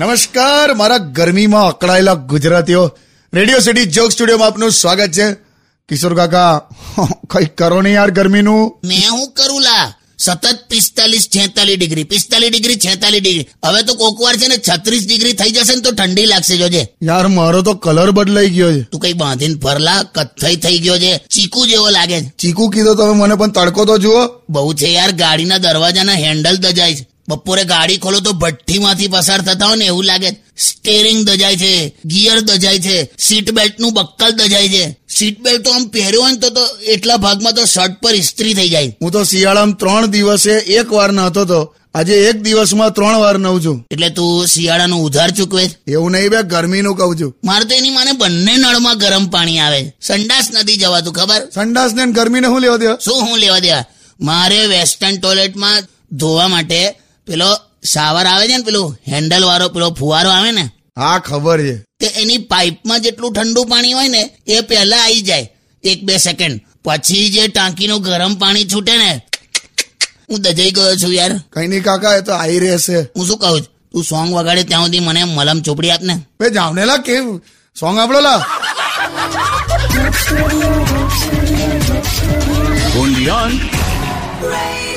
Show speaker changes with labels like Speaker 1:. Speaker 1: નમસ્કાર મારા ગરમીમાં અકળાયેલા ગુજરાતીઓ રેડિયો સિટી જોક સ્ટુડિયોમાં આપનું સ્વાગત છે કિશોર કાકા કઈ કરો ને યાર ગરમીનું
Speaker 2: મેં હું કરું લા સતત પિસ્તાલીસ છેતાલીસ ડિગ્રી પિસ્તાલીસ ડિગ્રી છેતાલીસ ડિગ્રી હવે તો કોક વાર છે ને છત્રીસ ડિગ્રી થઈ જશે ને તો ઠંડી લાગશે જોજે
Speaker 1: યાર મારો તો કલર બદલાઈ ગયો છે
Speaker 2: તું કઈ બાંધીને ફરલા કથ્થઈ થઈ ગયો છે ચીકુ જેવો લાગે છે
Speaker 1: ચીકુ કીધો તમે મને પણ તડકો તો જુઓ
Speaker 2: બહુ છે યાર ગાડીના દરવાજાના હેન્ડલ દજાય છે બપોરે ગાડી ખોલો તો ભઠ્ઠીમાંથી પસાર થતા હોય ને એવું લાગે સ્ટેરિંગ દજાય છે ગિયર દજાય છે સીટ બેલ્ટનું બક્કલ દજાય છે સીટ બેલ્ટ તો આમ પહેર્યો હોય ને તો- તો એટલા ભાગમાં તો શર્ટ પર ઇસ્ત્રી થઈ જાય
Speaker 1: હું તો શિયાળામાં ત્રણ દિવસે એક વાર નહોતો તો આજે એક દિવસમાં ત્રણ વાર નવ છું
Speaker 2: એટલે તું શિયાળાનો ઉધાર ચૂકવે છે
Speaker 1: એવું નહીં બે ગરમીનું કહું છું
Speaker 2: મારે તો એની માને બંને નળમાં ગરમ પાણી આવે સંડાસ નથી જવાતું ખબર
Speaker 1: સંડાસ ને ગરમીને શું લેવા દેવા
Speaker 2: શું હું લેવા દેવા મારે વેસ્ટર્ન ટોયલેટમાં ધોવા માટે પેલો શાવર આવે છે ને પેલું હેન્ડલ વાળો પેલો ફુવારો આવે ને
Speaker 1: હા ખબર છે
Speaker 2: તે એની પાઇપમાં જેટલું ઠંડુ પાણી હોય ને એ પહેલા આવી જાય એક બે સેકન્ડ પછી જે ટાંકીનું ગરમ પાણી છૂટે ને હું દજાઈ ગયો છું યાર
Speaker 1: કઈ નહીં કાકા એ તો આવી રહેશે
Speaker 2: હું શું કહું છું? તું સોંગ વગાડે ત્યાં સુધી મને મલમ ચોપડી આપને
Speaker 1: બે જામનેલા કેમ સોંગ આપણો લા
Speaker 3: only on
Speaker 4: Radio